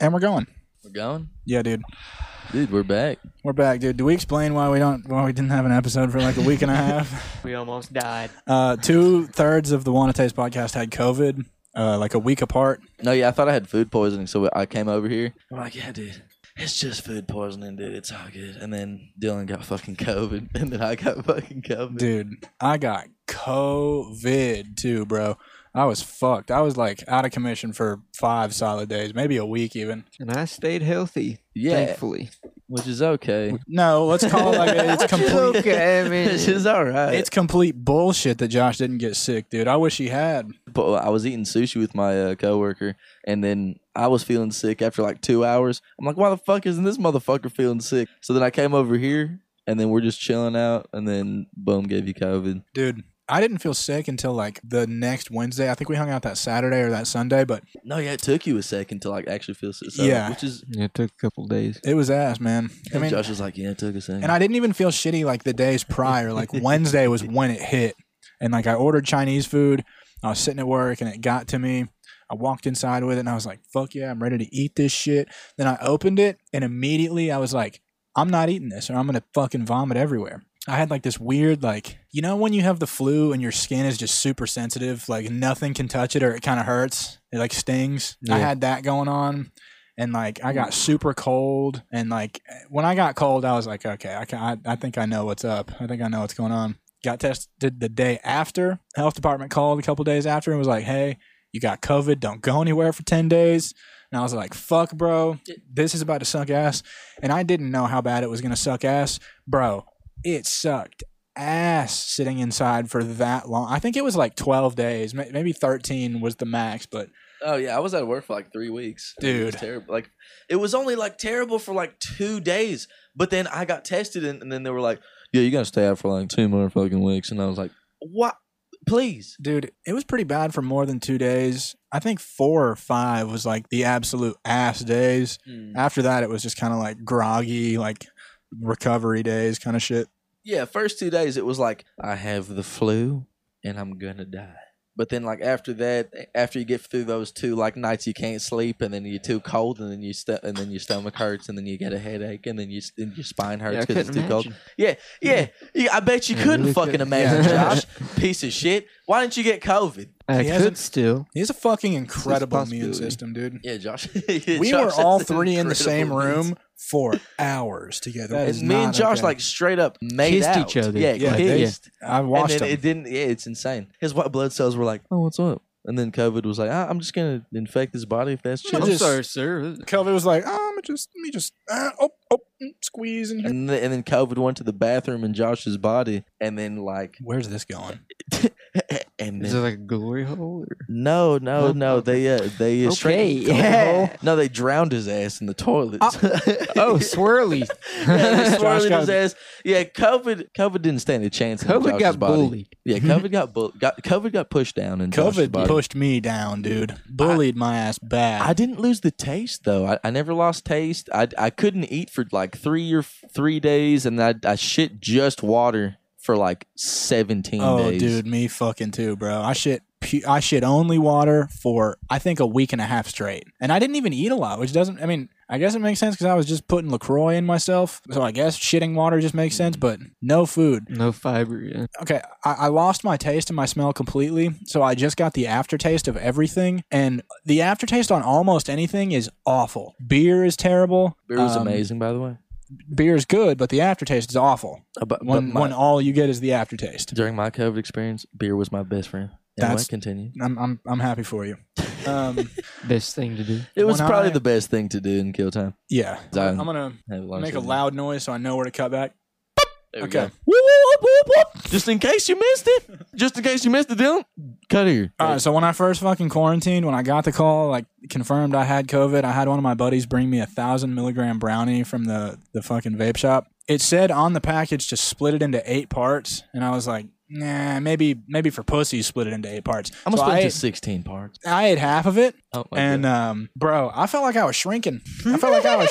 And we're going. We're going, Yeah, dude. dude. We're back. We're back, dude. Do we explain why we don't why we didn't have an episode for like a week and a half? We almost died. Uh two thirds of the Wanna Taste podcast had COVID, uh like a week apart. No, yeah, I thought I had food poisoning, so I came over here. I'm like, yeah, dude. It's just food poisoning, dude. It's all good. And then Dylan got fucking COVID, and then I got fucking COVID. Dude, I got COVID too, bro. I was fucked. I was like out of commission for five solid days, maybe a week even. And I stayed healthy, Yeah, thankfully. which is okay. No, let's call it like it's Which is complete okay, I mean- Which is all right. it's complete bullshit that Josh didn't get sick, dude. I wish he had. But I was eating sushi with my uh, coworker, and then I was feeling sick after like two hours. I'm like, why the fuck isn't this motherfucker feeling sick? So then I came over here, and then we're just chilling out, and then boom, gave you COVID. Dude, I didn't feel sick until like the next Wednesday. I think we hung out that Saturday or that Sunday, but No, yeah, it took you a second to like actually feel sick. So, Yeah. which is. Yeah, it took a couple days. it was ass, man. I mean, Josh was like, yeah, it took a second. and I didn't even feel shitty like the days prior. Like Wednesday was when it hit, and like I ordered Chinese food. I was sitting at work, and it got to me. I walked inside with it, and I was like, "Fuck yeah, I'm ready to eat this shit." Then I opened it, and immediately I was like, "I'm not eating this, or I'm gonna fucking vomit everywhere." I had like this weird, like you know, when you have the flu and your skin is just super sensitive, like nothing can touch it, or it kind of hurts, it like stings. I Yeah. had that going on and like I got super cold and like when I got cold I was like okay I can, I, I think I know what's up I think I know what's going on got tested the day after health department called a couple days after and was like hey you got covid don't go anywhere for 10 days and I was like fuck bro this is about to suck ass and I didn't know how bad it was going to suck ass bro it sucked ass sitting inside for that long I think it was like 12 days may- maybe 13 was the max but Oh yeah, I was at work for like three weeks. it was Dude. terrible. Like it was only like terrible for like two days, but then I got tested, and, and then they were like, "Yeah, you gotta stay out for like two more fucking weeks," and I was like, "What? Please." Dude, it was pretty bad for more than two days. I think four or five was like the absolute ass days. After that, it was just kind of like groggy, like recovery days kind of shit. Yeah, first two days it was like I have the flu and I'm gonna die. But then like after that, after you get through those two like nights you can't sleep, and then you're too cold, and then you st- and then your stomach hurts, and then you get a headache, and then you s- and your spine Yeah, hurts I because it's couldn't too cold. imagine. Yeah, yeah, I bet you Yeah, couldn't really fucking couldn't. imagine, Yeah. Josh. Piece of shit. Why didn't you get COVID? I He hasn't- could still. He has a fucking incredible immune possibility. system, dude. Yeah, Josh. we were all three in the same room for hours together. It was And me and not Josh okay. like straight up made Kissed out. each other. Yeah, Yeah, they kissed. I and watched then him. it didn't. Yeah, it's insane. His white blood cells were like, "Oh, what's up?" And then COVID was like, ah, "I'm just gonna infect his body if that's I'm true." just- sir. Kelvin was like, um, just let me just uh, oh oh mm, squeeze in here. And then, and then COVID went to the bathroom in Josh's body, and then like, Where's this going? and Is then it like a glory hole? Or? No, no, Huh? no. They uh, they uh, straight- Okay, yeah. No, they drowned his ass in the toilet. Oh, swirly. yeah, they Josh swirling got- his ass. Yeah, COVID. COVID didn't stand a chance. in COVID Josh's got body. bullied. Yeah, COVID got, bull- got COVID got pushed down in Josh's COVID body. pushed me down, dude. Bullied my ass bad. I didn't lose the taste though. I, I never lost taste. I I couldn't eat for like three or f- three days, and I I shit just water for like seventeen Oh, days. dude, me fucking too, bro. I shit, pu- I shit only water for I think a week and a half straight, and I didn't even eat a lot, which doesn't. I mean, I guess it makes sense because I was just putting Lacroix in myself, so I guess shitting water just makes sense. But no food. No fiber. uh, Yeah. Okay, I, I lost my taste and my smell completely, so I just got the aftertaste of everything, and the aftertaste on almost anything is awful. Beer is terrible. Beer was Um, amazing, by the way. Beer is good, but the aftertaste is awful. Uh, But, but When my- when all you get is the aftertaste. during my COVID experience, beer was my best friend. Anyway, That's- continue. I'm I'm I'm happy for you. Um, Best thing to do. It was When probably I- the best thing to do in kill time. yeah, Zion. I'm gonna. Have lunch Make a with him. loud noise so I know where to cut back. There we Okay. go. Whoop, whoop, whoop, whoop, whoop. Just in case you missed it. Just in case you missed it, Dylan. Cut here. All right. So when I first fucking quarantined, when I got the call, like confirmed I had COVID, I had one of my buddies bring me a thousand milligram brownie from the the fucking vape shop. It said on the package to split it into eight parts, and I was like, nah, maybe maybe for pussy, you split it into eight parts. I'm gonna So split I it ate- to 16 parts. I ate half of it, Oh my and God. um, bro, I felt like I was shrinking. I felt like I was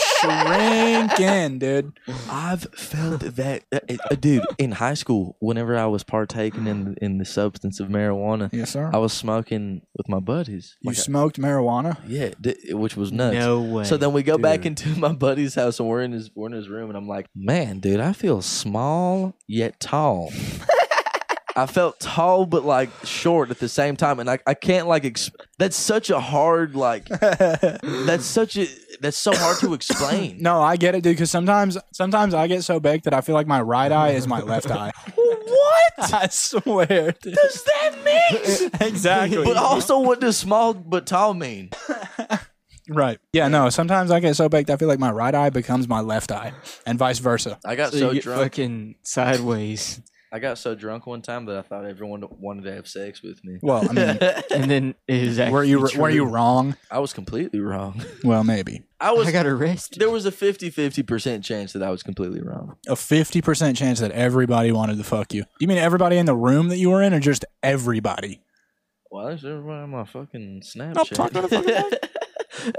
shrinking, dude. I've felt that, that- uh, dude. In high school, whenever I was partaking in in the substance of marijuana, Yes, sir. I was smoking with my buddies. you Like, smoked marijuana? yeah, d- which was nuts. No way. So then we go back dude. into my buddy's house and we're in his we're in his room and I'm like, man, dude, I feel small yet tall. I felt tall but like short at the same time, and I I can't like exp- that's such a hard like that's such a that's so hard to explain. No, I get it, dude. Because sometimes, sometimes I get so big that I feel like my right eye is my left eye. What I swear, dude. does that mean? exactly. But also, what does small but tall mean? right? Yeah, no. Sometimes I get so baked, I feel like my right eye becomes my left eye, and vice versa. I got so, so, you get drunk. fucking sideways, I got so drunk one time that I thought everyone wanted to have sex with me. Well, I mean, and then it is actually were you true. were you wrong? I was completely wrong. Well, maybe I was I got arrested. There was a 50-50% chance that I was completely wrong. a fifty percent chance that everybody wanted to fuck you. You mean everybody in the room that you were in, or just everybody? Well, at least everybody on my fucking Snapchat. I'm talking to the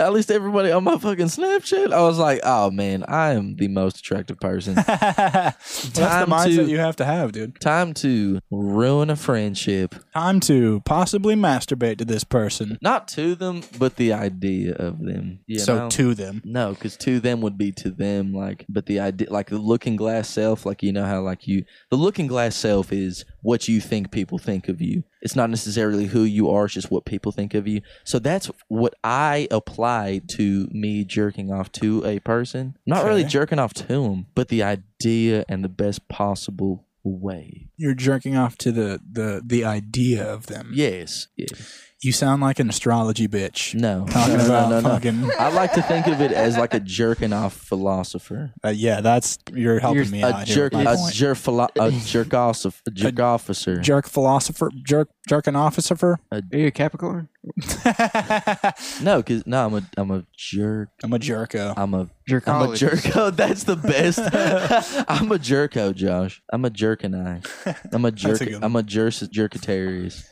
at least everybody on my fucking Snapchat. I was like, oh man, I am the most attractive person. Well, That's the Time mindset to- you have to have, dude. Time to ruin a friendship. Time to possibly masturbate to this person. Not to them, but the idea of them. You so know? to them. No, because to them would be to them, like, but the idea, like the looking glass self, like, you know how, like, you, the looking glass self is what you think people think of you. It's not necessarily who you are, it's just what people think of you. So that's what I apply to me jerking off to a person. Not really Okay. jerking off to them, but the idea and the best possible way. You're jerking off to the the the idea of them. Yes. yes. You sound like an astrology bitch. No. Talking No, no, about no, no. fucking. I like to think of it as like a jerking off philosopher. Uh, yeah, that's you're helping You're me a out jerk, here. with my a point. jerk, philo- a jerk officer, a jerk officer. jerk philosopher, jerk jerking officer. Are you a Capricorn? I'm No, cause no, I'm a, I'm a jerk. a jerko. I'm a, Your I'm a college. jerko. That's the best. I'm a jerko, Josh. I'm a jerk and I. I'm a jerk. a good one. I'm a jerk. Jerkatarius.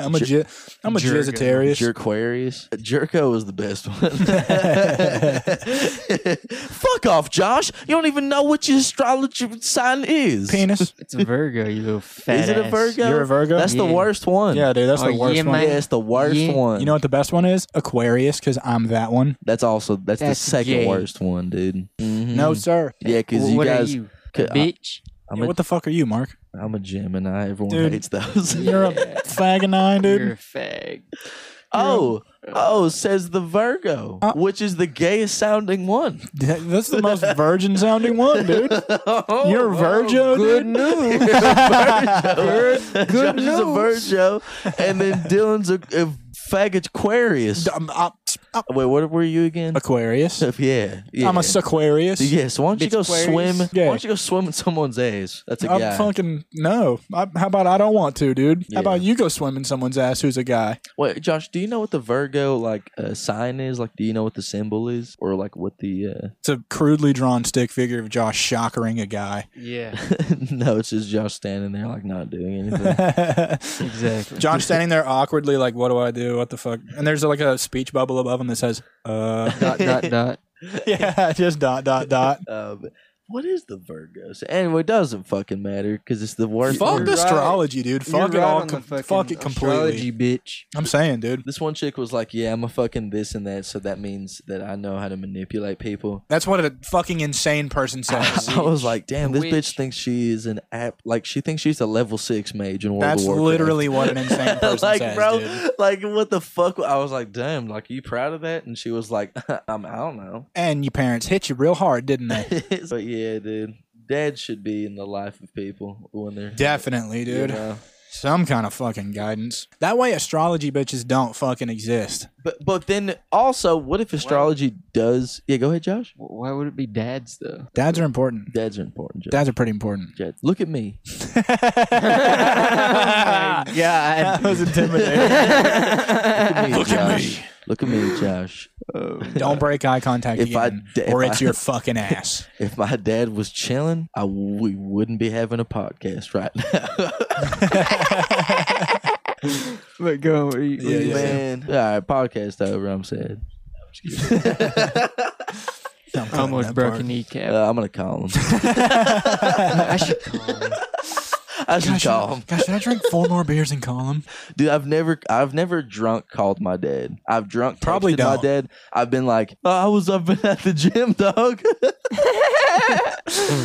I'm a j- I'm a Jergo. jizzitarius. Jerquarius. Jerko was the best one. Fuck off, Josh. You don't even know what your astrology sign is. penis. It's a Virgo, you little fat Is it a ass. Virgo? You're a Virgo. That's the Yeah. worst one. yeah, dude, that's Oh, the worst yeah, one. mate. Yeah, it's the worst Yeah. one. You know what the best one is? Aquarius, because I'm that one. That's also that's, That's the second gay. Mm-hmm. worst one, dude. Mhm. No, sir. yeah, because Well, you what guys, are you, could- a bitch? I'm, Yeah, a, what the fuck are you, Mark? I'm a Gemini. Everyone Dude. hates those. You're a fag and I, You're a dude. fag. oh, oh, says the Virgo, Uh, which is the gayest sounding one. That's the most virgin sounding one, dude. You're You're Virgo, Oh, Good dude. news. Virgo. Josh is a news. Virgo, and then Dylan's a, a faggot Aquarius. I'm, I'm- I'm Wait, what were you again? Aquarius. yeah, yeah. I'm a Sequarius. Yes, why don't you Bitch go Aquarius. swim? Yeah. Why don't you go swim in someone's ass? That's a I'm guy. fucking no. I, how about I don't want to, dude? Yeah. How about you go swim in someone's ass who's a guy? Wait, Josh, do you know what the Virgo like uh, sign is? Like, do you know what the symbol is, or like what the? Uh... It's a crudely drawn stick figure of Josh shockering a guy. Yeah, no, it's just Josh standing there like not doing anything. exactly. Josh standing there awkwardly, like, "What do I do? What the fuck?" And there's like a speech bubble above him that says, "Uh, dot dot dot. yeah, just dot dot dot." um, what is the Virgo? So, anyway, it doesn't fucking matter because it's the worst. Fuck one. You're right. astrology, dude. You're Fuck it right all. on the com- fucking fuck it completely. astrology, bitch. I'm saying, dude. This one chick was like, "Yeah, I'm a fucking this and that," so that means that I know how to manipulate people. That's what a fucking insane person says. I was like, "Damn, this Witch. bitch thinks she is an app. Like, she thinks she's a level six mage in World That's of Warcraft." literally what an insane person like, says, bro, dude. like what the fuck? I was like, damn, like you proud of that? And she was like, I'm, I don't know. And your parents hit you real hard, didn't they? but yeah, dude, dad should be in the life of people when they're Definitely, you dude. know. Some kind of fucking guidance. That way, astrology bitches don't fucking exist. But but then also, what if astrology does? Yeah, go ahead, Josh. W- Why would it be dads though? Dads are important. Dads are important. Josh. Dads are pretty important. Dad- Look at me. Oh my God. That was intimidating. Look Look at me. at Josh. me. Look at me, Josh. Oh. Don't break eye contact If I again, d- if or I- it's your fucking ass. If my dad was chilling, I we wouldn't be having a podcast right now. But go. What you, Yeah, what you yeah. saying? Man, all right, podcast over. I'm sad. I'm cutting Almost that broke part. a kneecap. Uh, I'm gonna call him. I should call him. I should Gosh, call should, him, gosh, should I drink four more beers and call him? dude. I've never, I've never drunk called my dad. I've drunk Probably texted my don't. dad. I've been like, oh, I was up at the gym, dog.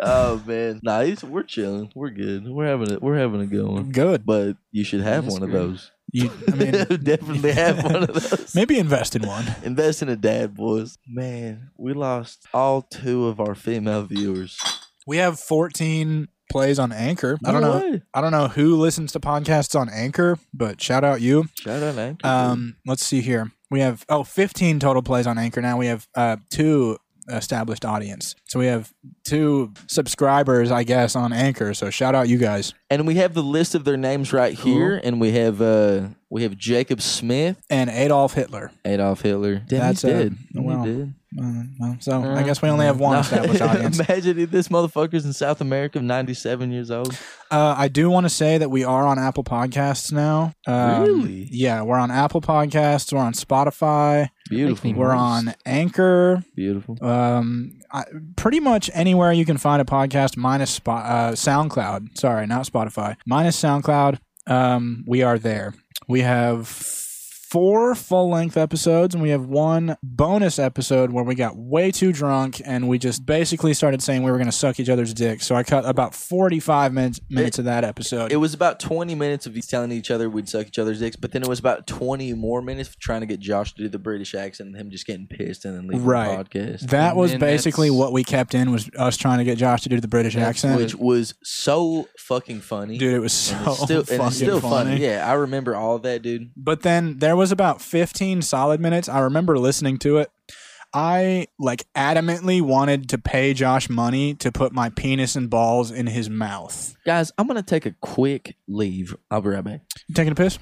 oh man, nah, he's, we're chilling. We're good. We're having it. We're having a good one. Good. But you should have That's one of great. those. You, I mean, Definitely have one of those. maybe invest in one. Invest in a dad, boys. Man, we lost all two of our female viewers. We have 14 plays on Anchor. I don't No know. way. I don't know who listens to podcasts on Anchor, but shout out you. Shout out, man. Um, let's see here. We have oh 15 total plays on Anchor now. We have uh two established audience. So we have two subscribers, I guess, on Anchor. So shout out you guys. and we have the list of their names right Cool. here, and we have uh we have Jacob Smith, And Adolf Hitler. Adolf Hitler. Damn, That's, uh, he did. well, he did. Uh, well, so I guess we only have one Uh, No. established audience. Imagine if this motherfucker's in South America, ninety-seven years old. Uh, I do want to say that we are on Apple Podcasts now. Um, Really? Yeah, we're on Apple Podcasts. We're on Spotify. Beautiful. me- We're on Anchor. Beautiful. Um, I, pretty much anywhere you can find a podcast, minus Spo- uh, SoundCloud. Sorry, not Spotify. Minus SoundCloud. Um, we are there. We have four full length episodes, and we have one bonus episode where we got way too drunk and we just basically started saying we were going to suck each other's dick. So I cut about forty five minutes minutes of that episode. It was about twenty minutes of these telling each other we'd suck each other's dicks, but then it was about twenty more minutes of trying to get Josh to do the British accent and him just getting pissed and then leaving Right. the podcast. that and was then basically that's- what we kept in was us trying to get Josh to do the British That's accent. which was so fucking funny. Dude, it was And so it's still, fucking and it's still funny. funny. Yeah, I remember all that, dude. But then there was about 15 solid minutes. I remember listening to it. I like adamantly wanted to pay Josh money to put my penis and balls in his mouth. Guys, I'm gonna take a quick leave. I'll be right back. You taking a piss?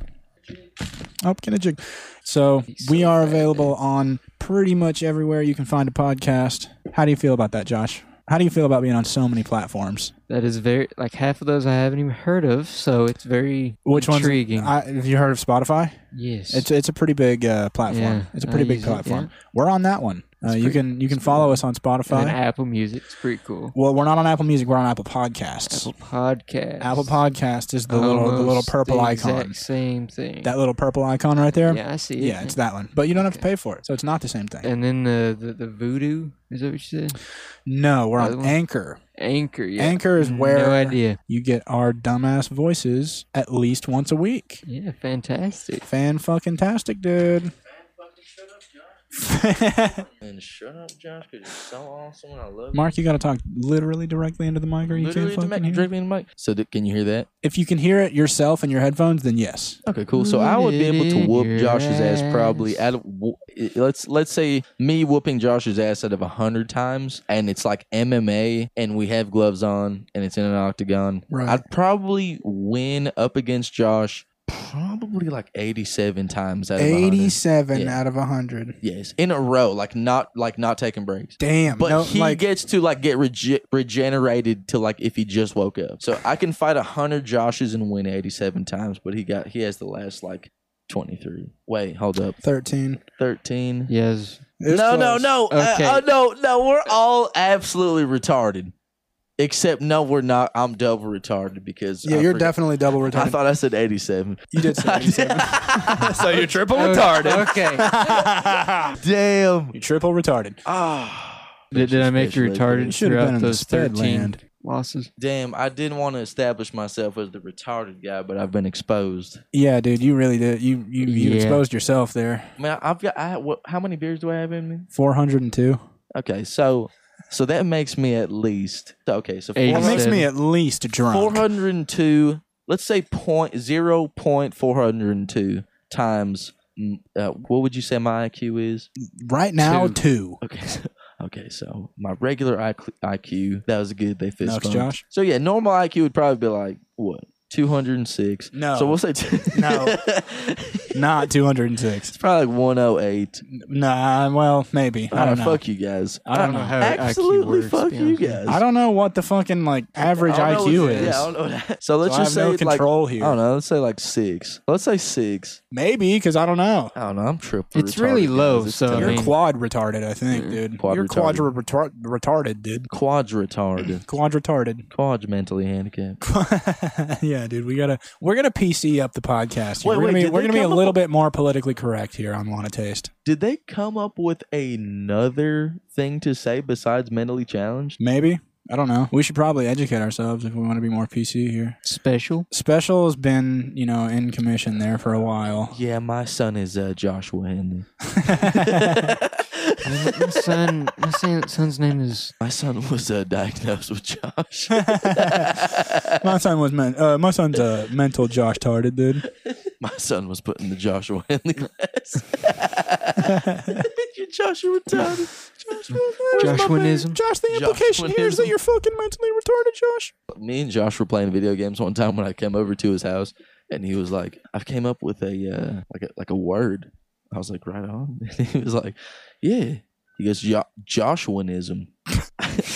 Oh, get a jig. So He's we so are bad, available on pretty much everywhere you can find a podcast. How do you feel about that, Josh? How do you feel about being on so many platforms? That is very like half of those I haven't even heard of, so it's very Which one's- intriguing. I, have you heard of Spotify? yes, It's it's a pretty big uh, platform. Yeah, it's a I pretty big use it, yeah. platform. We're on that one. Uh, you pretty- can you can follow us on Spotify. and then Apple Music. It's pretty cool. Well, we're not on Apple Music. We're on Apple Podcasts. Apple Podcast. Apple Podcast is the little the little Almost purple the icon. Exact same thing. That little purple icon right there. yeah, I see it. Yeah, it's that one. But you don't have to pay for it, so it's not the same thing. And then the the, the voodoo is that what you said? No, we're Other on one? Anchor. Anchor. Yeah. Mm-hmm. Anchor is No where- idea. You get our dumbass voices at least once a week. Yeah, fantastic. Fan fucking tastic, dude. And shut up, Josh, because you're so awesome and I love Mark, you gotta talk literally directly into the mic, or you Literally, can't the mic, fucking hear. directly in the mic. So, th- can you hear that? If you can hear it yourself in your headphones, then yes. Okay, cool. So, I would be able to whoop Your Josh's ass probably ass. at w- let's let's say me whooping Josh's ass out of a hundred times, and it's like MMA, and we have gloves on, and it's in an octagon. Right. I'd probably win up against Josh probably like eighty-seven times out of 80. Eighty-seven Yeah. out of hundred. Yes, in a row, like not like not taking breaks. Damn. But no, he like, gets to like get rege- regenerated to like if he just woke up. So I can fight hundred Joshes and win eighty seven times, but he got he has the last like twenty three. Wait, hold up, thirteen. thirteen. Yes. It was no, no, close. no, Uh, Okay. oh, no, no. We're all absolutely retarded, except no, we're not. I'm double retarded because Yeah, I you're forgot- definitely double I retarded. thought I said eighty seven. you did say 87. so you're triple Oh, Okay. Damn. you triple retarded. Ah. did, did I make you Bitch, bitch, retarded bitch. Should've been throughout in the those sped thirteen land. losses? Damn, I didn't want to establish myself as the retarded guy, but I've been exposed. Yeah, dude, you really did. You you, you Yeah. exposed yourself there. I mean, I've got. I, what, how many beers do I have in me? 402. Okay, so so that makes me at least okay. So Eighty It makes seven. me at least four drunk. hundred and two. Let's say point zero point four hundred and two times. mm, Uh, what would you say my IQ is? Right now, two. Okay. so- Okay, so my regular IQ, that was good. They fist Next, bumped. Josh. So yeah, normal IQ would probably be like what two hundred and six. No. So we'll say two. No. it's Not 206. probably like one oh eight. Nah, well, maybe. I don't know. Fuck you guys. I don't know. how IQ Absolutely works, to fuck be you honest with guys. I don't know what the fucking like average I don't know IQ what- is. Yeah, I don't know that. So So let's I have just say no it's like I control here. don't know. Let's say like six. Let's say six. Maybe because I don't know. I don't know. I'm tripping. It's really low, so, I You're mean- quad retarded, I think, dude. mm, Quad You're quad retar- retarded, dude. quad retarded, Quad retarded. quad mentally handicapped. yeah, dude. We gotta we're gonna PC up the podcast. Here. Wait, we're gonna wait, be, did we're they gonna be a come up little with- bit more politically correct here on Wanna Taste. Did they come up with another thing to say besides mentally challenged? Maybe. I don't know. We should probably educate ourselves if we want to be more PC here. Special. Special has been, you know, in commission there for a while. Yeah, my son is uh, Joshua Henley. I mean, my son, my son, son's name is. my son was uh, diagnosed with Josh. my son was men- uh, my son's a mental Josh Tarded, dude. my son was put in the Joshua Henley class. You're Joshua retarded. Joshua. Joshuanism. Josh, the implication here is that you're fucking mentally retarded, Josh. me and Josh were playing video games one time when I came over to his house, and he was like, "I came up with a uh, like a, like a word." I was like, "Right on." And he was like, "Yeah." He goes, jo- "Joshuanism."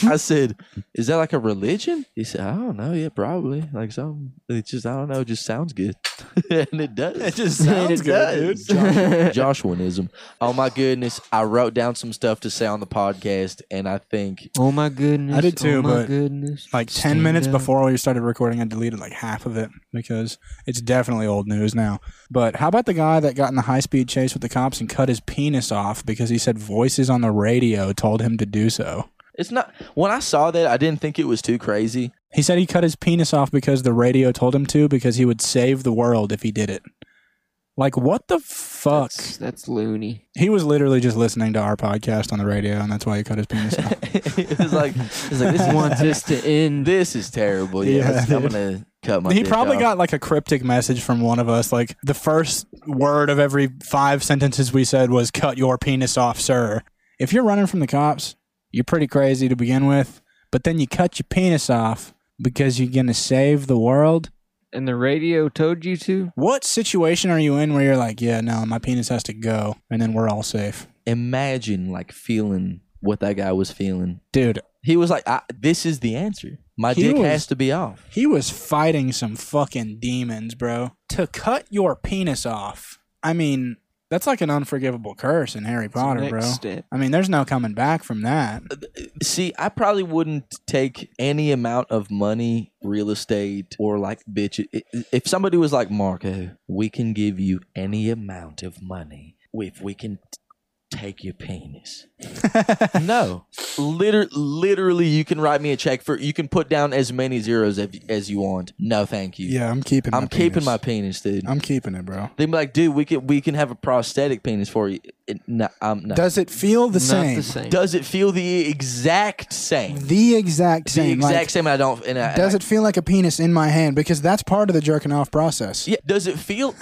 I said, "Is that like a religion?" He said, "I don't know. Yeah, probably. Like some. It just I don't know. It just sounds good, and it does. It just sounds good, dude. Josh- Joshuanism. Oh my goodness! I wrote down some stuff to say on the podcast, and I think Oh my goodness! I did too, oh my but, goodness. Like 10 Stand minutes up. before we started recording, I deleted like half of it because it's definitely old news now. But how about the guy that got in the high speed chase with the cops and cut his penis off because he said voices on the radio told him to do so? it's not. When I saw that, I didn't think it was too crazy. He said he cut his penis off because the radio told him to because he would save the world if he did it. Like, what the fuck? That's, that's loony. He was literally just listening to our podcast on the radio, and that's why he cut his penis off. it was like, it was like this, This is, wants us to end. this is terrible. Yeah, Yeah, let's- I'm dude. gonna cut my. he dick probably off. got like a cryptic message from one of us. Like the first word of every five sentences we said was "cut your penis off, sir." If you're running from the cops, you're pretty crazy to begin with, but then you cut your penis off because you're gonna save the world. And the radio told you to. What situation are you in where you're like, "Yeah, no, my penis has to go," and then we're all safe, Imagine like feeling what that guy was feeling. dude? He was like, I, "This is the answer. My He dick was- has to be off." He was fighting some fucking demons, bro. To cut your penis off. I mean, that's like an unforgivable curse in Harry Potter, next bro. step. I mean, there's no coming back from that. See, I probably wouldn't take any amount of money, real estate, or like bitch. i- i- If somebody was like, "Marco, we can give you any amount of money if we can." t- Take your penis. No, literally, literally, you can write me a check for. You can put down as many zeros as, as you want. No, thank you. yeah, I'm keeping. I'm my keeping penis. my penis, dude. I'm keeping it, bro. They'd be like, dude, we can we can have a prosthetic penis for you. It- no, I'm not. Does, Does it feel the Not same? the same. it feel the exact same? The exact same. The exact like, same. and I don't. And I, Does it feel like a penis in my hand? Because that's part of the jerking off process. Yeah. Does it feel?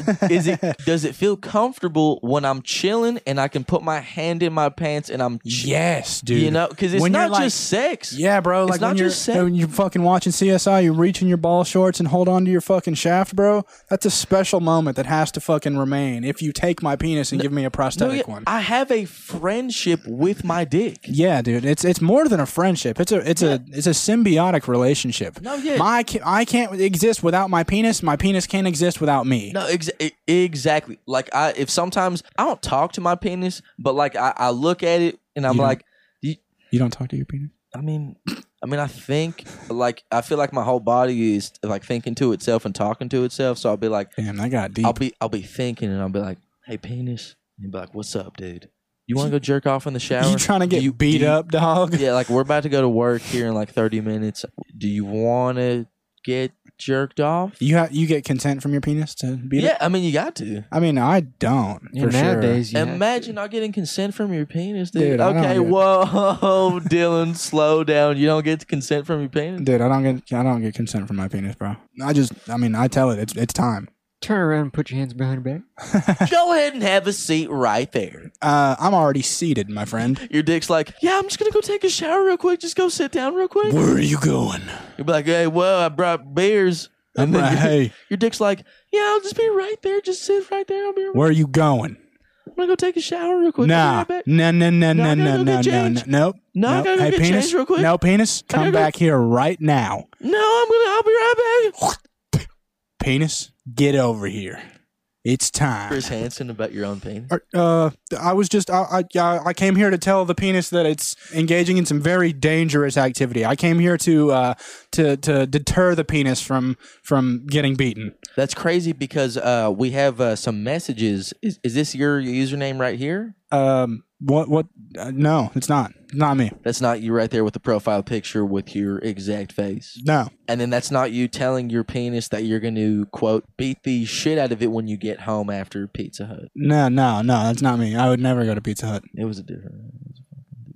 Is it? does it feel comfortable when I'm chilling and I can put my hand in my pants and I'm? Ch- Yes, dude. You know, because it's When you're not like- just sex. Yeah, bro. It's Like not when you're just sex. when you're fucking watching CSI, you reach in your ball shorts and hold on to your fucking shaft, bro. That's a special moment that has to fucking remain. If you take my penis and give me a No, prosthetic yeah, one, I have a friendship with my dick. yeah, dude. It's it's more than a friendship. It's a it's a it's a symbiotic relationship. No, yeah. My ca- I can't exist without my penis. My penis can't exist without me. No, ex- e- exactly. Like I, if sometimes I don't talk to my penis, but like I, I look at it and I'm You don't- like, You don't talk to your penis. I mean, I mean, I think like I feel like my whole body is like thinking to itself and talking to itself. So I'll be like, Damn, that got deep. I'll be, I'll be thinking, and I'll be like, hey, penis, and be like, what's up, dude? You want to go jerk off in the shower? you trying to Do get you- beat do you- up, dog? Yeah, like we're about to go to work here in like 30 minutes. Do you want to get jerked off? You ha- you get consent from your penis to beat yeah, it. I mean, you got to. I mean, I don't. Yeah, for sure. nowadays, you have to. Imagine not getting consent from your penis, dude. Dude, I don't okay, get- whoa, Dylan, slow down. You don't get consent from your penis. Dude, I don't get I don't get consent from my penis, bro. I just I mean I tell it it's it's time. turn around and put your hands behind your back. Go ahead and have a seat right there. Uh, I'm already seated, my friend. Your dick's like, yeah, I'm just gonna go take a shower real quick. Just go sit down real quick. Where are you going? You'll be like, hey, well, I brought beers. I'm then like, your- hey, Your dick's like, yeah, I'll just be right there. Just sit right there. I'll be. where are you going? I'm gonna go take a shower real quick. I'll Nah, be right back. no, no, no, No, no, no, no, I gotta go get no, no, changed. nope. No, I nope. gotta go hey, get penis, changed real quick. no, penis, come gotta go- back here right now. No, I'm gonna. I'll be right back. Penis, get over here. It's time. Chris Hansen about your own penis. Uh, I was just I, I I came here to tell the penis that it's engaging in some very dangerous activity. I came here to uh to to deter the penis from from getting beaten. That's crazy because uh, we have uh, some messages. Is, is this your username right here? Um, what what? Uh, no, it's not. Not me. That's not you right there with the profile picture with your exact face. No. And then that's not you telling your penis that you're going to, quote, beat the shit out of it when you get home after Pizza Hut. No, no, no, that's not me. I would never go to Pizza Hut. It was a different.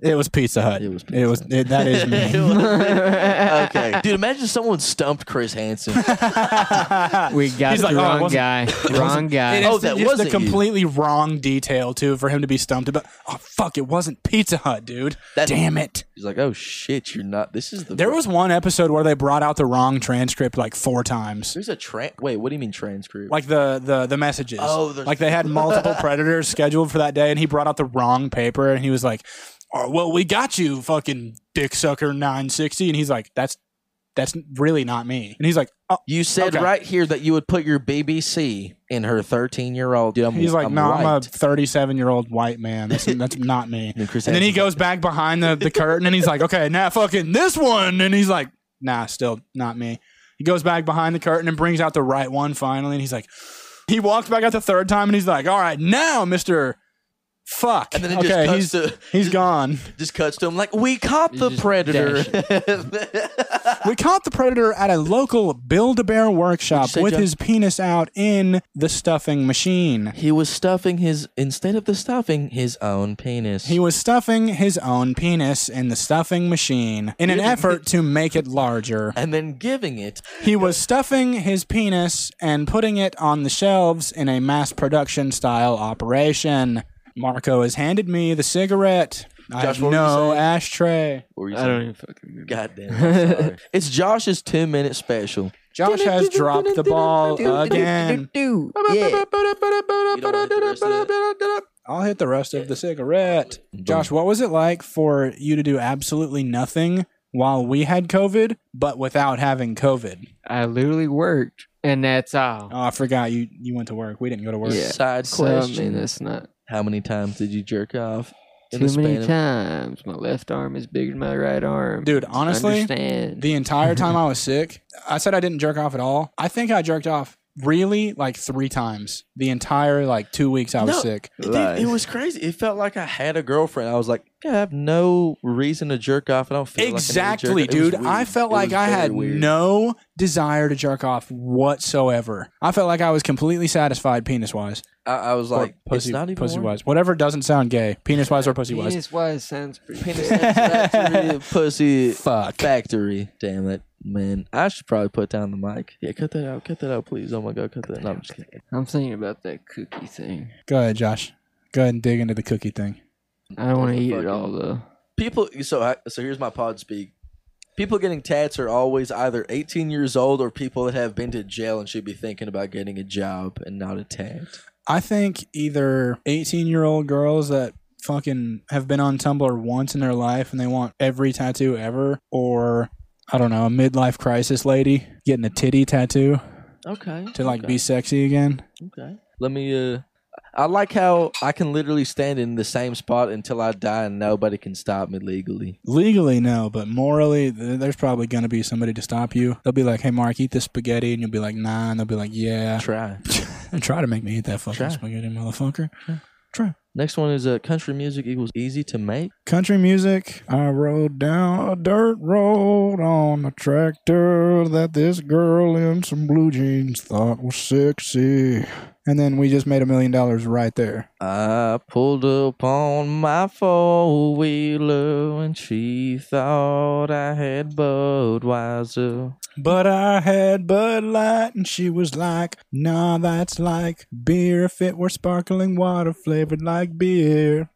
It was Pizza Hut. It was It was. Pizza It, that is It me. was- okay. Dude, imagine someone stumped Chris Hansen. We got He's the like, "Oh, it wrong wasn't- guy. Wrong guy. It Oh, is the- that it's wasn't the you. completely wrong detail too for him to be stumped about. Oh fuck! It wasn't Pizza Hut, dude. That- Damn it! He's like, oh shit, you're not. This is the. There was one episode where they brought out the wrong transcript like four times. There's a tran. Wait, what do you mean transcript? Like the the the messages. Oh, there's- like they had multiple predators scheduled for that day, and he brought out the wrong paper, and he was like, "Oh, well, we got you, fucking dick sucker nine sixty, and he's like, "That's that's really not me," and he's like, "Oh." You said Okay. right here that you would put your BBC in her 13 year old. Dude, I'm, He's like, I'm no, I'm a white." 37 year old white man. That's, that's not me. And Chris And then he Hansen's like, goes back behind the, the curtain and he's like, okay, now fucking this one. And he's like, nah, still not me. He goes back behind the curtain and brings out the right one finally. And he's like, he walks back out the third time and he's like, all right, now, Mr. Fuck. And then it just okay, cuts he's, to- he's gone. just cuts to him like, we caught You the just predator. dash We caught the predator at a local Build a Bear workshop say, with Jeff? his penis out in the stuffing machine. he was stuffing his instead of the stuffing his own penis. He was stuffing his own penis in the stuffing machine in an effort to make it larger. and then giving it. He was stuffing his penis and putting it on the shelves in a mass production style operation. Marco has handed me the cigarette. I Josh, have what were you no saying? ashtray. What were you I saying? don't even fucking remember. God damn. I'm sorry. it's Josh's two minute special. Josh has dropped the ball again. Yeah. You don't wanna hit the rest of I'll hit the rest of the cigarette. Josh, what was it like for you to do absolutely nothing while we had COVID, but without having COVID? I literally worked, and that's all. Oh, I forgot you you went to work. We didn't go to work. Yeah. Side So I question. mean, that's not How many times did you jerk off? in too the many span of- times. My left arm is bigger than my right arm. Dude, honestly, understand? The entire time I was sick, I said I didn't jerk off at all. I think I jerked off really like three times the entire like two weeks I was No. sick. Dude, Lies. it was crazy. It felt like I had a girlfriend. I was like, I have no reason to jerk off. I don't feel like I need to Exactly, jerk off. It was dude. I weird. felt It like was I very had weird. no desire to jerk off whatsoever. I felt like I was completely satisfied penis wise. I, I was like, pussy, it's not even pussy worth wise. Whatever doesn't sound gay. Penis wise or pussy wise. penis wise sounds pretty. Penis factory, pussy Fuck. factory. Damn it, man. I should probably put down the mic. Yeah, cut that out. Cut that out, please. Oh my god, cut that. No, I'm just kidding. I'm thinking about that cookie thing. Go ahead, Josh. Go ahead and dig into the cookie thing. I don't want to That's a eat it fucking- all though. People. So I, so here's my pod speak. People getting tats are always either 18 years old or people that have been to jail and should be thinking about getting a job and not a tat. I think either 18 year old girls that fucking have been on Tumblr once in their life and they want every tattoo ever, or I don't know, a midlife crisis lady getting a titty tattoo Okay. to like be sexy again. Okay. Let me. uh I like how I can literally stand in the same spot until I die and nobody can stop me legally. Legally, no, but morally, th- there's probably going to be somebody to stop you. They'll be like, hey, Mark, eat this spaghetti. And you'll be like, nah. And they'll be like, yeah. Try. And try to make me eat that fucking Try. spaghetti, motherfucker. Next one is uh, country music equals easy to make. Country music. I rode down a dirt road on a tractor that this girl in some blue jeans thought was sexy. And then we just made a million dollars right there. I pulled up on my four wheeler and she thought I had Budweiser. But I had Bud Light, and she was like, Nah, that's like beer if it were sparkling water flavored like beer.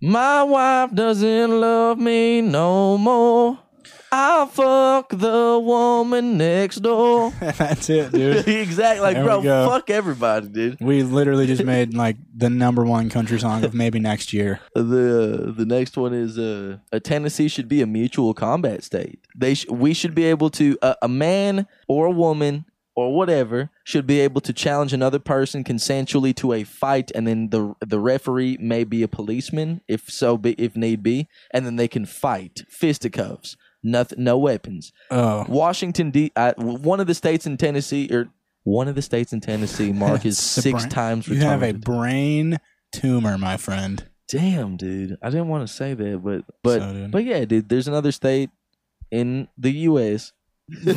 My wife doesn't love me no more. I'll fuck the woman next door. That's it, dude. exactly. Like, There we bro, go. fuck everybody, dude. We literally just made like the number one country song of maybe next year. The the next one is uh, a Tennessee should be a mutual combat state. They sh- we should be able to uh, a man or a woman or whatever should be able to challenge another person consensually to a fight, and then the the referee may be a policeman if so be if need be, and then they can fight fisticuffs, nothing, no weapons. Oh, Washington D. I, one of the states in Tennessee or one of the states in Tennessee, Mark is It's a six brain- times retarded. you have a brain tumor, my friend. Damn, dude. I didn't want to say that, but but So, dude. but yeah, dude. There's another state in the U.S. you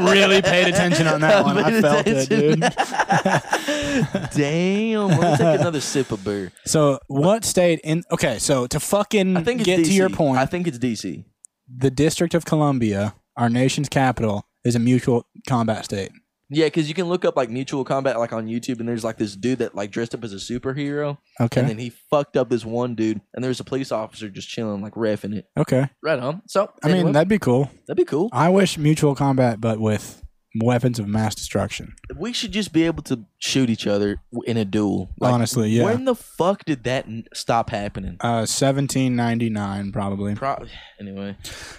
really paid attention on that one. I felt it, dude. Damn. Let me take another sip of beer. So what state in? Okay, so to fucking I think it's get DC. to your point, I think it's D.C. the District of Columbia, our nation's capital, is a mutual combat state. Yeah, because you can look up like mutual combat like on YouTube, and there's like this dude that like dressed up as a superhero, Okay. and then he fucked up this one dude, and there's a police officer just chilling like refing it. okay. Right on. So I mean, anyway, that'd be cool. that'd be cool. I wish mutual combat, but with weapons of mass destruction. we should just be able to shoot each other w- in a duel. Like, Honestly, yeah. When the fuck did that n- stop happening? Uh, 1799 probably. Pro- anyway.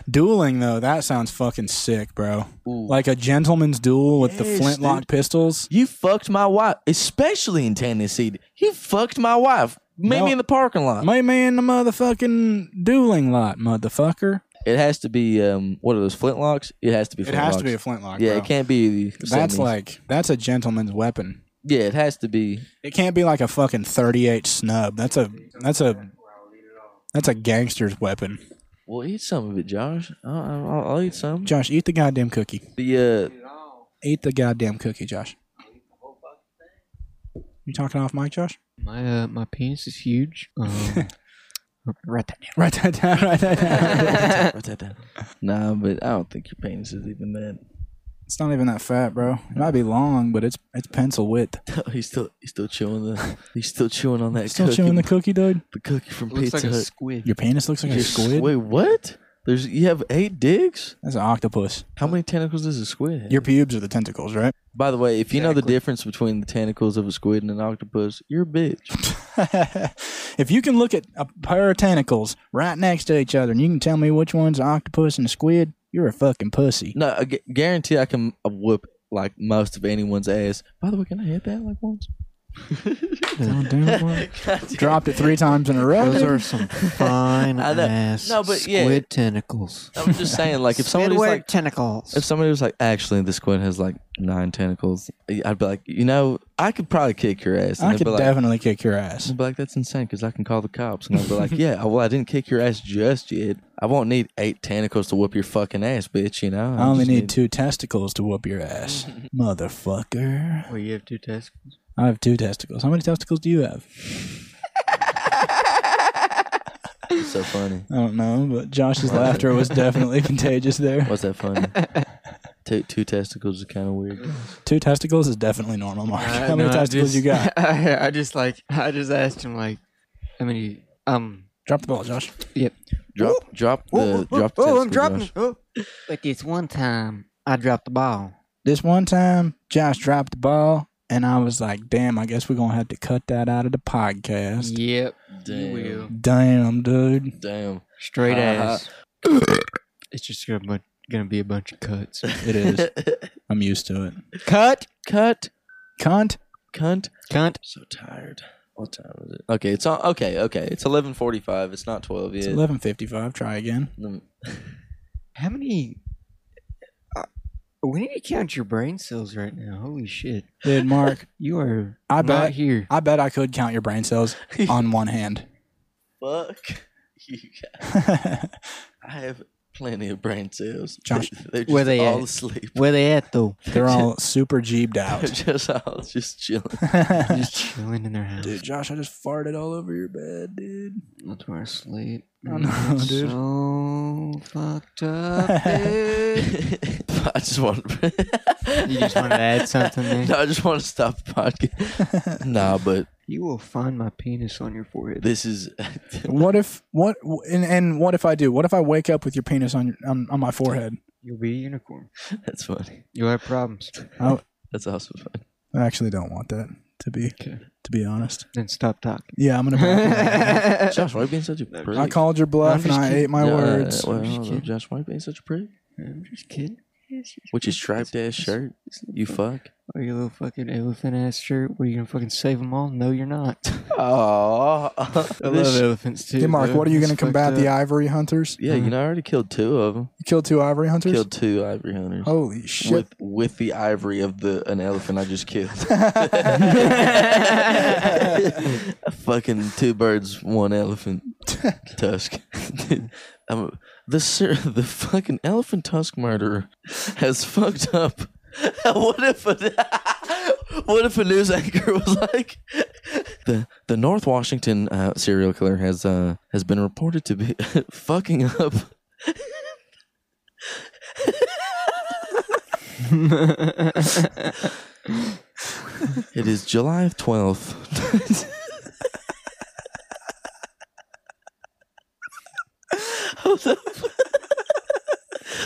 Dueling though, that sounds fucking sick, bro. Ooh. Like a gentleman's duel with the Yes, flintlock dude. pistols. you fucked my wife, especially in Tennessee. You fucked my wife. Meet No. me in the parking lot. My man, the motherfucking dueling lot, motherfucker. It has to be um, what are those flintlocks? It has to be. It flintlocks. has to be a flintlock. yeah, bro. it can't be. The That's 70s. like that's a gentleman's weapon. Yeah, it has to be. It can't be like a fucking 38 snub. That's a that's a that's a gangster's weapon. Well, eat some of it, Josh. I'll, I'll, I'll eat some. Josh, eat the goddamn cookie. The uh, Eat the goddamn cookie, Josh. You talking off mic, Josh? My uh, my penis is huge. Um, write that down. Write that down. Write that down. what's that? then? Nah, but I don't think your penis is even that. it's not even that fat, bro. It might be long, but it's it's pencil width. he's still he's still chewing the he's still chewing on that Still cookie, chewing the the, cookie, dude. cookie from Looks Pizza like a Hut. squid. Your penis looks like a Your- squid. Wait, what? There's you have eight dicks? That's an octopus. How many tentacles does a squid have? Your pubes are the tentacles, right? By the way, if you know the Exactly. difference between the tentacles of a squid and an octopus, you're a bitch. if you can look at a pair of tentacles right next to each other and you can tell me which one's an octopus and a squid, you're a fucking pussy. No, I gu- guarantee I can uh, whoop like most of anyone's ass. By the way, can I hit that like once? God damn, bro. Dropped it three times in a row. Those dude. are some fine I know. ass Uh, No, but yeah. squid tentacles. I'm just saying, like if somebody's Squidward like tentacles. if somebody was like, actually, this squid has like nine tentacles, I'd be like, you know, I could probably kick your ass. I they'd could be like, definitely kick your ass. I'd be like, that's insane because I can call the cops. And I'd be like, yeah, well, I didn't kick your ass just yet. I won't need eight tentacles to whoop your fucking ass, bitch, you know? I only just need two testicles to whoop your ass. Motherfucker. Where you have two testicles. I have two testicles. How many testicles do you have? It's so funny. I don't know, but Josh's laughter was definitely contagious there. What's that funny? two, two testicles is kind of weird. Two testicles is definitely normal, Mark. How many testicles you got? I, Uh, just like I just asked him like how many um Drop the ball, Josh. yep. Drop, drop Uh, the, Oh, drop the Oh, testicles, Josh. But this one time I dropped the ball. This one time, Josh dropped the ball, and I was like, damn, I guess we're going to have to cut that out of the podcast. Yep. Damn. You will. Damn, dude. Damn. Straight Uh-huh. ass. it's just gonna bu- gonna be a bunch of cuts. It is. I'm used to it. Cut. Cut. Cunt. Cunt. Cunt. So tired. What time is it? Okay, it's on. Okay, okay. It's 11.45. It's not 12 It's yet. 11:55. Try again. Mm. How many? Uh, we need to count your brain cells right now. Holy shit! Dude, Mark, You are I not bet- here. I bet I could count your brain cells on one hand. Fuck. You guys. I have plenty of brain cells. Josh. They're just Where they all at? asleep. Where they at though? They're all super jeebed They're out. just all just chilling. Just chilling in their house. dude, Josh, I just farted all over your bed, dude. That's where I sleep. I know, dude. So fucked up, dude. I just want. you just wanted to add something there. no, I just want to stop the podcast. nah, but You will find my penis on your forehead. This is What if what and, and what if I do? What if I wake up with your penis on your, on, on my forehead? You'll be a unicorn. that's funny. You'll have problems. That's also funny. I actually don't want that to be Okay. to be honest. Then stop talking. Yeah, I'm gonna. back Uh, Josh, why are you being such a No, prick? you up. I called your bluff I'm and just I kidding. ate my Yeah, uh, words. well, Just kidding. Josh, why are you being such a prick? I'm just kidding. It's just- With your striped ass shirt, you fuck. Or your little fucking elephant ass shirt. What are you gonna fucking save them all? No, you're not. Oh, I love elephants too. Hey, Mark, though. what are you It's gonna combat fucked the up. ivory hunters? yeah, you know I already killed two of them. You killed two ivory hunters. Killed two ivory hunters Holy shit! with with the ivory of the an elephant I just killed. Fucking two birds, one elephant tusk. Dude, I'm a- the ser- the fucking elephant tusk murderer has fucked up. what if a what if a news anchor was like the the North Washington uh, serial killer has uh has been reported to be fucking up. It is July twelfth. hold up.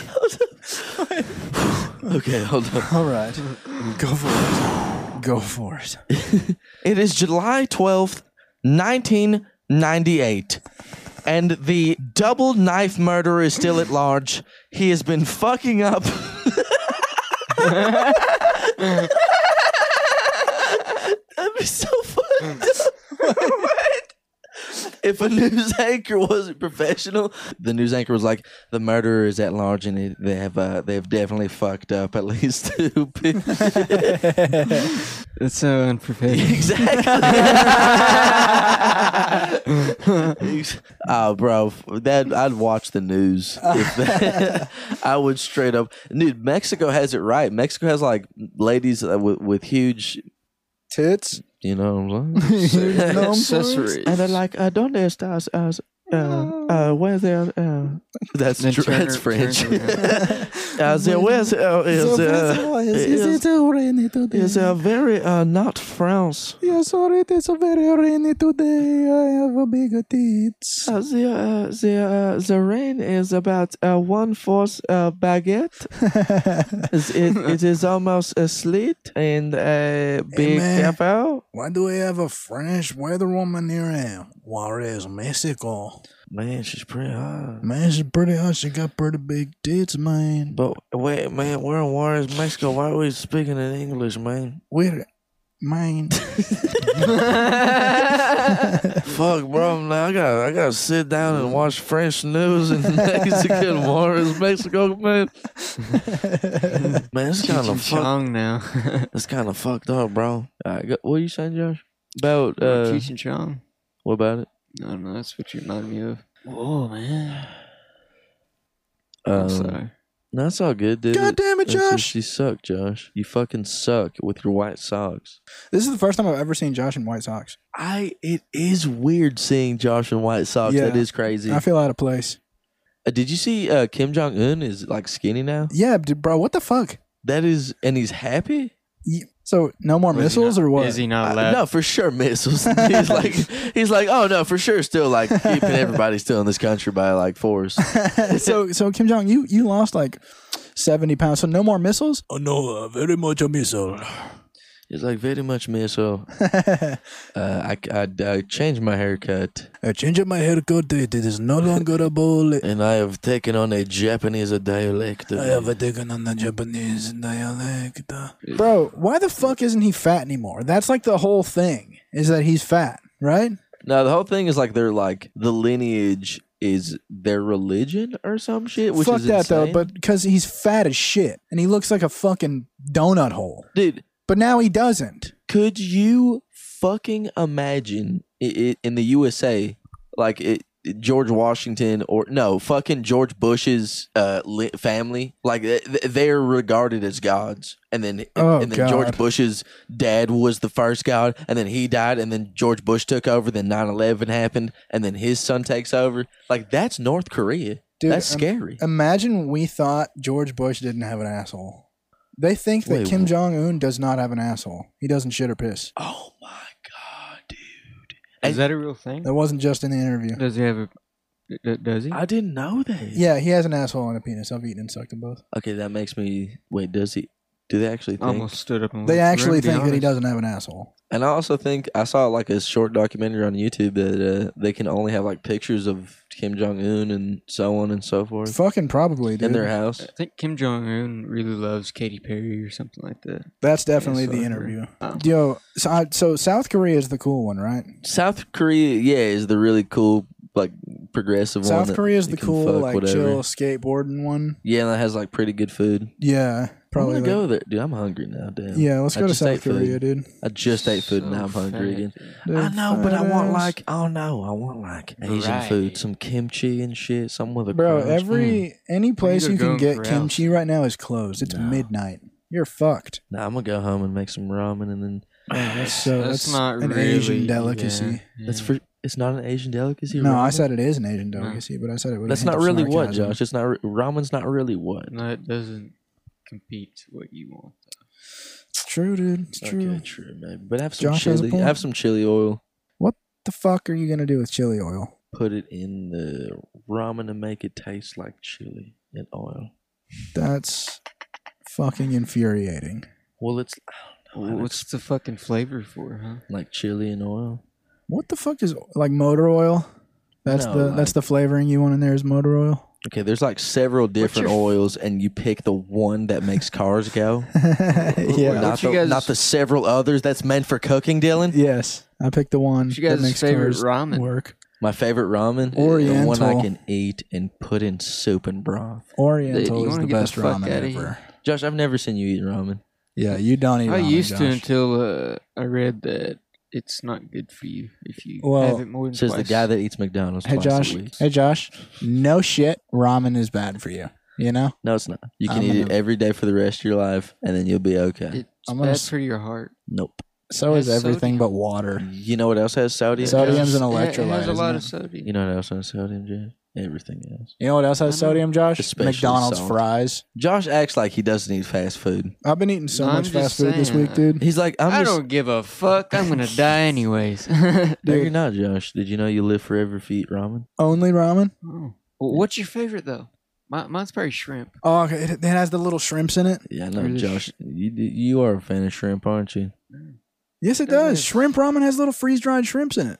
hold up. okay, hold up. All right, go for it. Go for it. It is July 12th, 1998. And the double knife murderer is still at large. He has been fucking up. That'd be so fun. What? If a news anchor wasn't professional, the news anchor was like, "The murderer is at large, and it- they have uh, they have definitely fucked up at least two people." That's so unprofessional. Exactly. oh, bro, that I'd watch the news. If that, I would straight up. Dude, Mexico has it right. Mexico has like ladies uh, with, with huge, Tits. you know, lungs. Huge numbers. Accessories. and they're like, uh, "Donde estás?" Uh, uh, uh, where's the? Uh, that's Then tr- turn that's her- French. turn uh, the, where's uh, is uh, is, rainy today? is uh, very uh, not France. Yeah, sorry, it is very rainy today. I have a big tits. Uh, the uh, the uh, the rain is about uh, one fourth uh, baguette. It's- it, it is almost a slit and uh, be man. careful. Why do we have a French weather woman here in Juarez, Mexico? Man, she's pretty hot. Man, she's pretty hot. She got pretty big tits, man. But wait, man, we're in Juarez, Mexico. Why are we speaking in English, man? We're, man. Fuck, bro. Now I got I gotta sit down and watch French news in Mexican Juarez, Mexico, man. Man, it's kind of fucked Chong now. That's kind of fucked up, bro. I got, what are you saying, Josh? About uh, Cheech and Chong. what about it? I don't know. That's what you remind me of. Oh man. Um, I'm sorry. No, that's all good, dude. God damn it, It's just Josh! you suck, Josh. You fucking suck with your white socks. This is the first time I've ever seen Josh in white socks. I. It is weird seeing Josh in white socks. Yeah. That is crazy. I feel out of place. Uh, did you see uh, Kim Jong Un is like skinny now? Yeah, dude, bro, what the fuck? That is, and he's happy. Y- So, no more Was he missiles not- or what? Is he not Uh, allowed? no, for sure, missiles. he's like, he's like, oh no, for sure, still like keeping everybody still in this country by like force. so so Kim Jong, you you lost like seventy pounds. So no more missiles. Oh no, uh, very much a missile. It's like very much missile. uh, I, I, I changed my haircut I changed my haircut. It is no longer a bowl. and I have taken on a Japanese dialect. taken on the Japanese dialect. Bro, why the fuck isn't he fat anymore? That's like the whole thing is that he's fat, right? no, the whole thing is like they're like the lineage is their religion or some shit. Which fuck is that though, insane. but because he's fat as shit and he looks like a fucking donut hole. dude, But now he doesn't. could you fucking imagine it, it, in the USA like it? George Washington or no fucking George Bush's uh, li- family like th- th- they're regarded as gods and then Oh, and then God. George Bush's dad was the first god and then he died and then George Bush took over then 9/11 happened and then his son takes over like that's North Korea Dude, that's um, scary Imagine we thought George Bush didn't have an asshole. They think that Wait, Kim wh- Jong Un does not have an asshole. He doesn't shit or piss. oh my god dude Is And- that a real thing? That wasn't just in the interview. Does he have a? d- d- Does he? I didn't know that. Yeah, he has an asshole and a penis. I've eaten and sucked them both. Okay, that makes me wait. Does he? Do they actually think? almost stood up and They left the room, actually to be think that he honest. doesn't have an asshole. And I also think I saw like a short documentary on YouTube that uh, they can only have like pictures of Kim Jong Un and so on and so forth Fucking probably, in dude. their house. I think Kim Jong Un really loves Katy Perry or something like that. That's definitely so the I interview. Oh. Yo, so, I, so South Korea is the cool one, right? South Korea, yeah, is the really cool like progressive one. South that Korea is you the can cool, fuck like whatever. chill skateboarding one. Yeah, and it has like pretty good food. Yeah, probably. I'm like- gonna go there, dude. I'm hungry now, damn. yeah, let's I go to just South ate food. Korea, dude. I just ate food and So now I'm hungry fat, again. dude. I know, but I Fat want ass. like oh no, I want like Asian Variety. food, some kimchi and shit, some with a Bro, crunch. Mm. every any place are you can going get for kimchi right now is closed. It's No. midnight. You're fucked. Nah, I'm gonna go home and make some ramen and then So that's, not an really- Asian delicacy. yeah, That's yeah. for it's not an Asian delicacy. No, I ramen? said it is an Asian delicacy, but I said it with a that's hint not of really what, sarcasm. Josh. It's not re- ramen's not really what. No, it doesn't compete to what you want. It's true, dude. It's true. Okay, true, man. But have some Josh has a chili. point. Have some chili oil. the fuck are you gonna do with chili oil? Put it in the ramen to make it taste like chili and oil. That's fucking infuriating. Well, it's Oh, Well, What's the fucking flavor for, Mm, huh? like chili and oil. What the fuck is like motor oil? That's No, the like- that's the flavoring you want in there is motor oil. Okay, there's like several different your- oils, and you pick the one that makes cars go. yeah. not What's the, your guys- not the several others that's meant for cooking, Dylan. Yes, I picked the one What's your that guys' makes favorite cars ramen? work. My favorite ramen, the one Oriental. I can eat and put in soup and broth. Oriental you is wanna the get the best fuck ramen outta ever. here. Josh, I've never seen you eat ramen. Yeah, you don't eat. I ramen, used to Josh. until uh, I read that it's not good for you if you Well, have it more than Says the twice. guy that eats McDonald's Hey twice Josh. a week. Hey Josh. No shit. Ramen is bad for you. You know. No, it's not. You can I'm eat it gonna- every day for the rest of your life, and then you'll be okay. it's I'm gonna bad s- for your heart. Nope. So is Has everything sodium. but water. You know what else has sodium? Sodium. Josh? Sodium's an It has- It electrolyte, has a isn't lot it? of sodium. You know what else has sodium, Josh? Everything else. You know what else has I know. sodium, Josh? Especially McDonald's salt. fries. Josh acts like he doesn't eat fast food. I've been eating so No, I'm much fast just food this saying, week, uh, dude. He's like, I'm I just. don't give a fuck. I'm gonna die anyways. oh. No, you're Dude. not, Josh. Did you know you live forever if you eat ramen? Only ramen. Well, What's your favorite though? Mi- mine's probably shrimp. Oh, okay, it, it has the little shrimps in it. Yeah, I know, Or the Josh. You d- you are a fan of shrimp, aren't you? Yes, it Does does. it? Shrimp ramen has little freeze dried shrimps in it.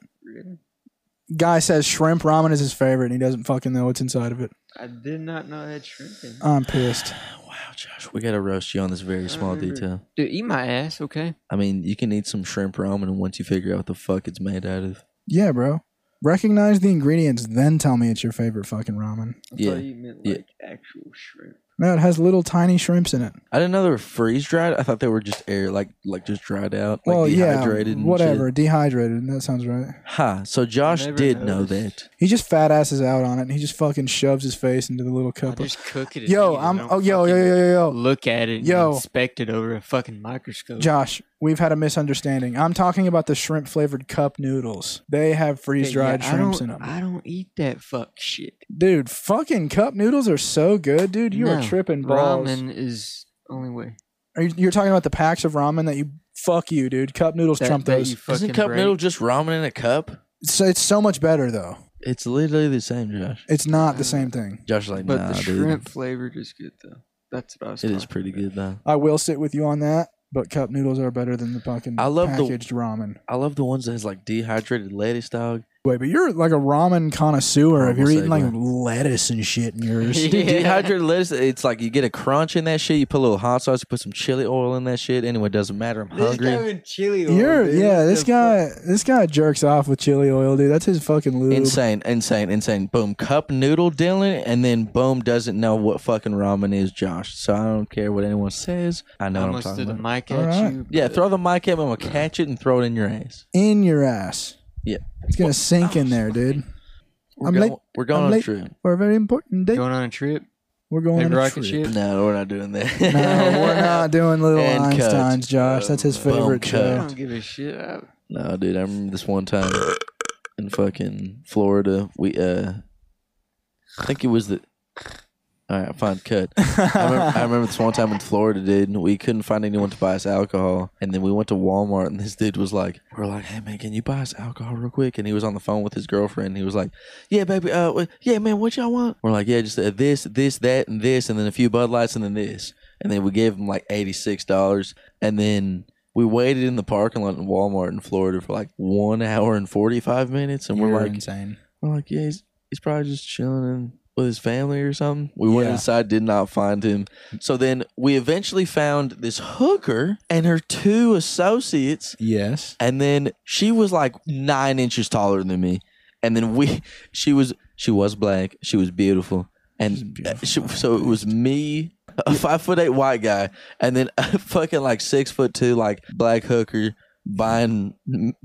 Guy says shrimp ramen is his favorite, and he doesn't fucking know what's inside of it. I did not know I had shrimp in. I'm pissed. Wow, Josh. We got to roast you on this very I small remember. detail. Dude, eat my ass, okay? I mean, you can eat some shrimp ramen once you figure out what the fuck it's made out of. Yeah, bro. Recognize the ingredients, then tell me it's your favorite fucking ramen. Yeah. you meant Yeah. actual shrimp. No, it has little tiny shrimps in it. I didn't know they were freeze dried. I thought they were just air, like like just dried out, like well, dehydrated. yeah, and whatever. Shit. Dehydrated. That sounds right. Ha! So Josh never did know that. noticed. He just fat asses out on it, and he just fucking shoves his face into the little I cup. Of, just cook it. and yo, eat it. I'm. I don't Oh, yo, yo, fucking yo, yo, yo. Look at it. Yo. and inspect it over a fucking microscope. Josh, we've had a misunderstanding. I'm talking about the shrimp flavored cup noodles. They have freeze Okay, dried yeah, I shrimps in don't- them. I don't eat that fuck shit. Dude, fucking cup noodles are so good, dude. You are No, tripping balls. Ramen is only way. Are you, you're talking about the packs of ramen that you fuck you, dude. Cup noodles That- trump that those. you fucking Isn't cup break. noodle just ramen in a cup? So it's so much better though. It's literally the same, Josh. It's Uh, not the same thing. Josh is like, But nah, the dude. shrimp flavored is good though. That's what I was. It is talking pretty about. good though. I will sit with you on that, but cup noodles are better than the fucking I love the- packaged ramen. I love the ones that has like dehydrated lettuce, dog. Wait, but you're like a ramen connoisseur if Horrible you're eating like segue. lettuce and shit in yours. Dude, Yeah. dehydrated lettuce. It's like you get a crunch in that shit. You put a little hot sauce. You put some chili oil in that shit. Anyway, it doesn't matter. I'm hungry. with chili. You're yeah, this guy this guy jerks off with chili oil, dude. That's his fucking lube. Insane, insane, insane. Boom, cup noodle Dylan, and then boom doesn't know what fucking ramen is, Josh. So I don't care what anyone says. I know I what I'm almost talking did a about. mic All at right. you. Yeah, but- throw the mic at me. I'm gonna catch it and throw it in your ass. In your ass. Yeah. It's gonna sink in there, dude. We're I'm going, late. We're going I'm on a late. trip. For a very important date. going on a trip. We're going Big on a rocket trip. ship. No, we're not doing that. No, we're not doing little And cut. Einsteins, Josh. That's his Boom, favorite cut. I show. don't give a shit. I, No, dude, I remember this one time in fucking Florida. We uh, I think it was the All right, fine, cut. I remember, I remember this one time in Florida, dude, and we couldn't find anyone to buy us alcohol. And then we went to Walmart, and this dude was like, "We're like, hey man, can you buy us alcohol real quick?" And he was on the phone with his girlfriend. And he was like, "Yeah, baby, uh, wh- yeah, man, what y'all want?" We're like, "Yeah, just uh, this, this, that, and this, and then a few Bud Lights, and then this." And then we gave him like eighty six dollars, and then. We waited in the parking lot in Walmart in Florida for like one hour and forty five minutes, and we're You're like, insane. I'm like, yeah, he's, he's probably just chilling in with his family or something. We went Yeah. inside, did not find him. So then we eventually found this hooker and her two associates. Yes. And then she was like nine inches taller than me. And then we, she was, she was black. She was beautiful. She's And uh, beautiful. she, so it was me, a five foot eight white guy, and then a fucking like six foot two like black hooker buying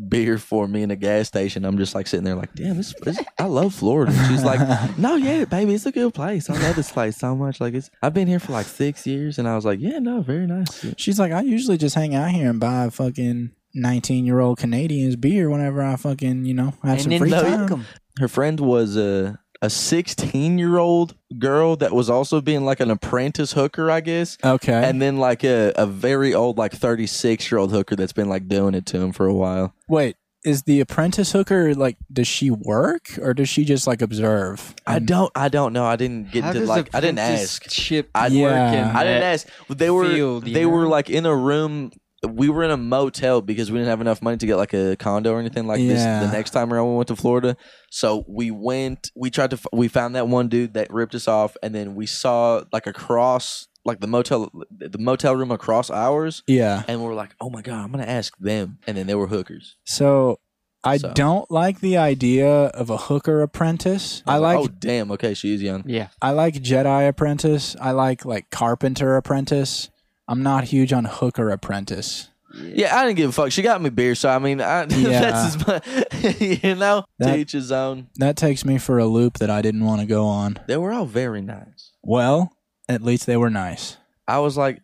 beer for me in a gas station. I'm just like sitting there like, damn, this, this I love Florida. She's like, no, yeah, baby, it's a good place. I love this place so much. Like it's, I've been here for like six years, and I was like, yeah, no, very nice. She's like, I usually just hang out here and buy fucking 19 year old Canadians beer whenever I fucking, you know, have some free time. Her friend was a a 16 year old girl that was also being like an apprentice hooker, I guess. Okay. And then like a, a very old like 36 year old hooker that's been like doing it to him for a while. Wait, is the apprentice hooker like, does she work or does she just like observe? I And- don't I don't know. I didn't get How to does like I didn't ask. Chip I- work in Yeah. I didn't that? ask. They were field, you they were know? like in a room. We were in a motel because we didn't have enough money to get like a condo or anything like this. Yeah. The next time around, we went to Florida, so we went. We tried to. f- We found that one dude that ripped us off, and then we saw like across like the motel the motel room across ours, Yeah. and we were like, oh my god, I'm gonna ask them, and then they were hookers. So I So- don't like the idea of a hooker apprentice. I like oh damn, okay, she is young. Yeah. I like Jedi apprentice. I like like carpenter apprentice. I'm not huge on hooker apprentice. Yeah, I didn't give a fuck. She got me beer, so I mean, I, Yeah. that's as much, you know, That- to each his own. That takes me for a loop that I didn't want to go on. They were all very nice. Well, at least they were nice. I was like,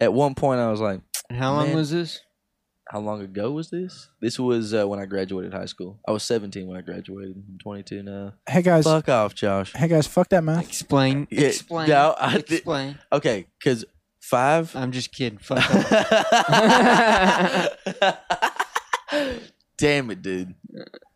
at one point, I was like, How long Man. was this? how long ago was this? This was uh, when I graduated high school. I was 17 when I graduated. I'm 22 now. Hey guys, Fuck off, Josh. hey guys, fuck that math. Explain. Yeah, explain. no, I did- explain. Okay, because five. I'm just kidding. Fuck. up. Damn it, dude.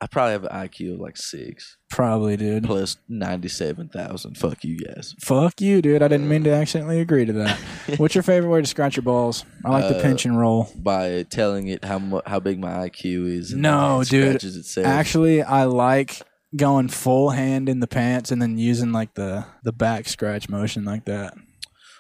I probably have an IQ of like six Probably, dude. plus 97,000. Fuck you guys. Fuck you, dude. I didn't mean to accidentally agree to that. What's your favorite way to scratch your balls? I like the Uh, pinch and roll. by telling it how mu- how big my IQ is. and No, it dude. scratches Itself. Actually, I like going full hand in the pants and then using like the the back scratch motion like that.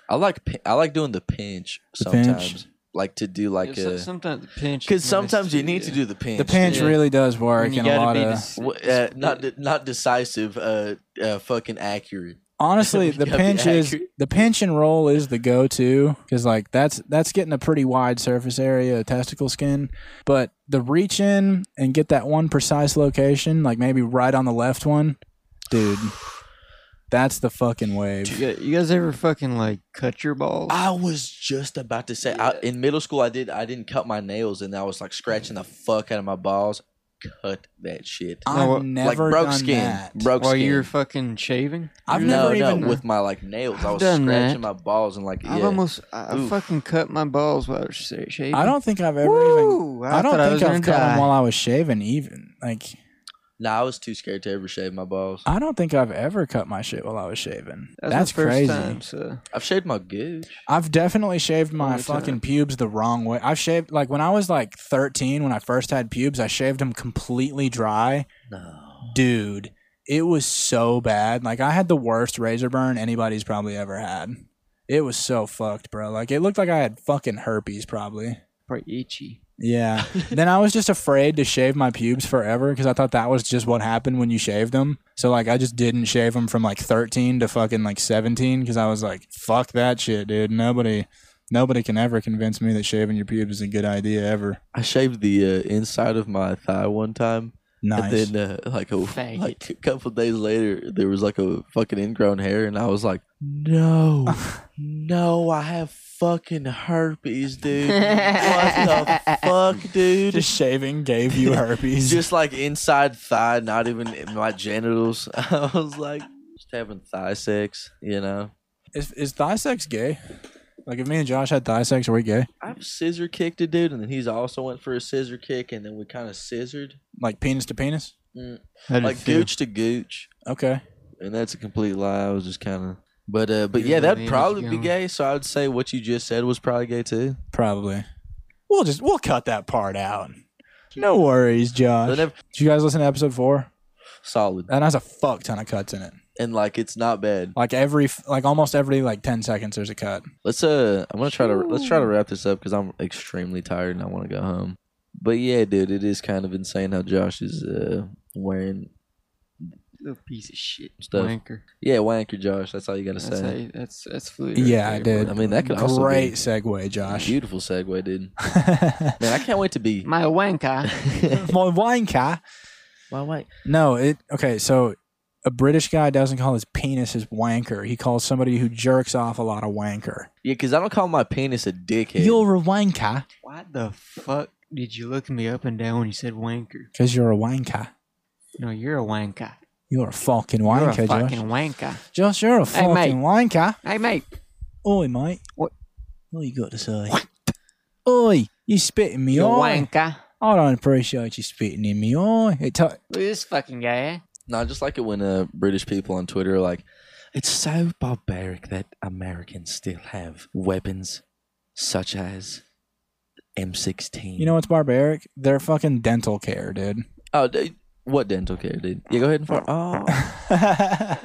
I like pi- I like doing the pinch The sometimes, pinch. like to do like Yeah, so- a sometimes the pinch. because is nice, sometimes you too, need to yeah. do the pinch. The pinch Yeah. really does work And you in a gotta lot be of dis- W- uh, not de- not decisive, uh, uh, fucking accurate. Honestly, You the gotta be pinch is accurate. the pinch and roll is the go-to because like that's that's getting a pretty wide surface area of testicle skin, but the reach in and get that one precise location, like maybe right on the left one, dude. That's the fucking You wave. guys, you guys ever fucking like cut your balls? I was just about to say I, Yeah. in middle school I did I didn't cut my nails and I was like scratching the fuck out of my balls. Cut that shit. I've No, never like broke done skin, that. broke while skin. you were fucking shaving? I've no, never no, even- with my like nails. i I've was done scratching that. my balls and like yeah. I've almost I I Oof. fucking cut my balls while I was sha- shaving. I don't think I've ever even. Woo! I, don't thought was think I've gonna cut die. them while I was shaving. Even like No, I was too scared to ever shave my balls. I don't think I've ever cut my shit while I was shaving. That was my That's first crazy. Time, so. I've shaved my gooch. I've definitely shaved my Only time. fucking pubes the wrong way. I've shaved like when I was like 13 when I first had pubes, I shaved them completely dry. No. Dude, it was so bad. Like I had the worst razor burn anybody's probably ever had. It was so fucked, bro. Like it looked like I had fucking herpes probably. Probably itchy. Yeah. then I was just afraid to shave my pubes forever because I thought that was just what happened when you shaved them. So like I just didn't shave them from like 13 to fucking like 17 because I was like, fuck that shit, dude. Nobody, nobody can ever convince me that shaving your pubes is a good idea ever. I shaved the uh, inside of my thigh one time, Nice. and then uh, like a Faggot. like a couple days later, there was like a fucking ingrown hair, and I was like, "No, no, I have fucking herpes, dude! What the fuck, dude?" just shaving gave you herpes. just like inside thigh, not even in my genitals. I was like, just having thigh sex, you know. Is is thigh sex gay? Like if me and Josh had thigh sex, are we gay? I've scissor kicked a dude, and then he's also went for a scissor kick, and then we kind of scissored, Like penis to penis? How did it like feel? gooch to gooch, Okay. and that's a complete lie. I was just kind of, but uh, but Dude, yeah, what that'd age probably you be on? gay. So I'd say what you just said was probably gay too. Probably. We'll just we'll cut that part out. No worries, But Josh. never, Did you guys listen to episode four? solid, That has a fuck ton of cuts in it. and like it's not bad. Like every like almost every like ten seconds, there's a cut. Let's uh, I'm gonna try to let's try to wrap this up because I'm extremely tired and I want to go home. But yeah, dude, it is kind of insane how Josh is uh wearing Little piece of shit. Stuff. Wanker. yeah wanker Josh. That's all you gotta That's, how say. you, that's that's fluid. right Yeah, I there, did. I bro. mean, that could also be- Great segue, Josh. Beautiful segue, dude. My Man, I can't wait to be. My wanker. wine car. Why wait? No, it okay. So a British guy doesn't call his penis his wanker. He calls somebody who jerks off a lot of wanker. Yeah, because I don't call my penis a dickhead. You're a wanker Why the fuck did you look me up and down when you said wanker? because you're a wanker. No, you're a wanker. You're a fucking You're wanker, a Josh. fucking wanker. Josh, you're a Hey, fucking mate. wanker. Hey, mate. Oi, mate. What? What you got to say? Oi, you spitting me You eye. wanker. I don't appreciate you spitting in me eye. It t- Look at this fucking guy. No, I just like it when uh, British people on Twitter are like, it's so barbaric that Americans still have weapons such as M16. you know what's barbaric? They're fucking dental care, dude. oh, dude, what dental care, dude? Yeah, go ahead and fart. Oh,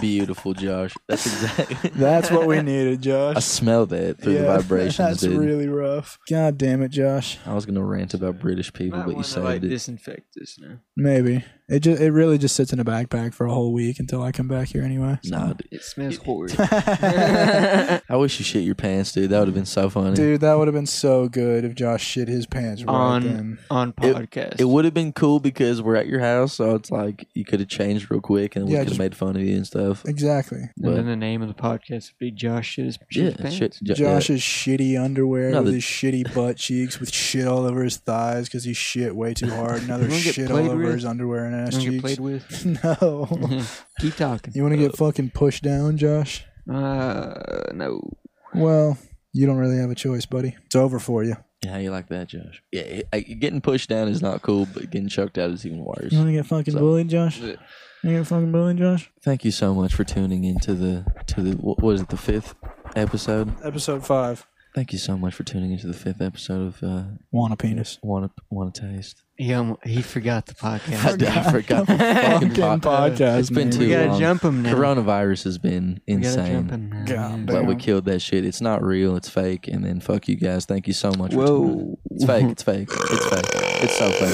beautiful, Josh. That's exactly. That's what we needed, Josh. I smell that through the vibrations, That's dude. really rough. God damn it, Josh. I was gonna rant about British people, Might but you wanna, saved like, it. disinfect this now. Maybe it just it really just sits in a backpack for a whole week until I come back here anyway. so. Nah, dude. It smells horrid. I wish you shit your pants, dude. That would have been so funny. dude, that would have been so good if Josh shit his pants right on then. on podcast. It would have been cool because we're at your house, so it's like you could have changed real quick and we Yeah, could have just- made fun of you and stuff. Exactly. and But then the name of the podcast would be Josh Shit His Shit yeah, His Pants. shit, Jo- yeah. Josh's shitty underwear No, with the- his shitty butt cheeks with shit all over his thighs because he shit way too hard. and Another You wanna get shit all played over with? his underwear and ass Don't get cheeks. played with. no. Keep talking. you want to get fucking pushed down, Josh? Uh, no. Well, you don't really have a choice, buddy. It's over for you. Yeah, how you like that, Josh? Yeah, it- I- getting pushed down is not cool, but getting choked out is even worse. You want to get fucking So- bullied, Josh? You Yeah. get fucking bullied, Josh? Thank you so much for tuning in to the to the what was it the fifth episode? Episode five. Thank you so much for tuning into the fifth episode of uh, Want a penis? Wanna Wanna Taste. He, almo- he forgot the I, podcast. d- I forgot. the Fucking fucking pod- podcast. It's been man. we too gotta long. jump him now. Coronavirus has been we gotta insane. jump him now. God But we damn. killed that shit. It's not real. It's fake. And then fuck you guys. Thank you so much. For tuning in. Whoa. It's fake. It's fake. It's fake. It's so fake.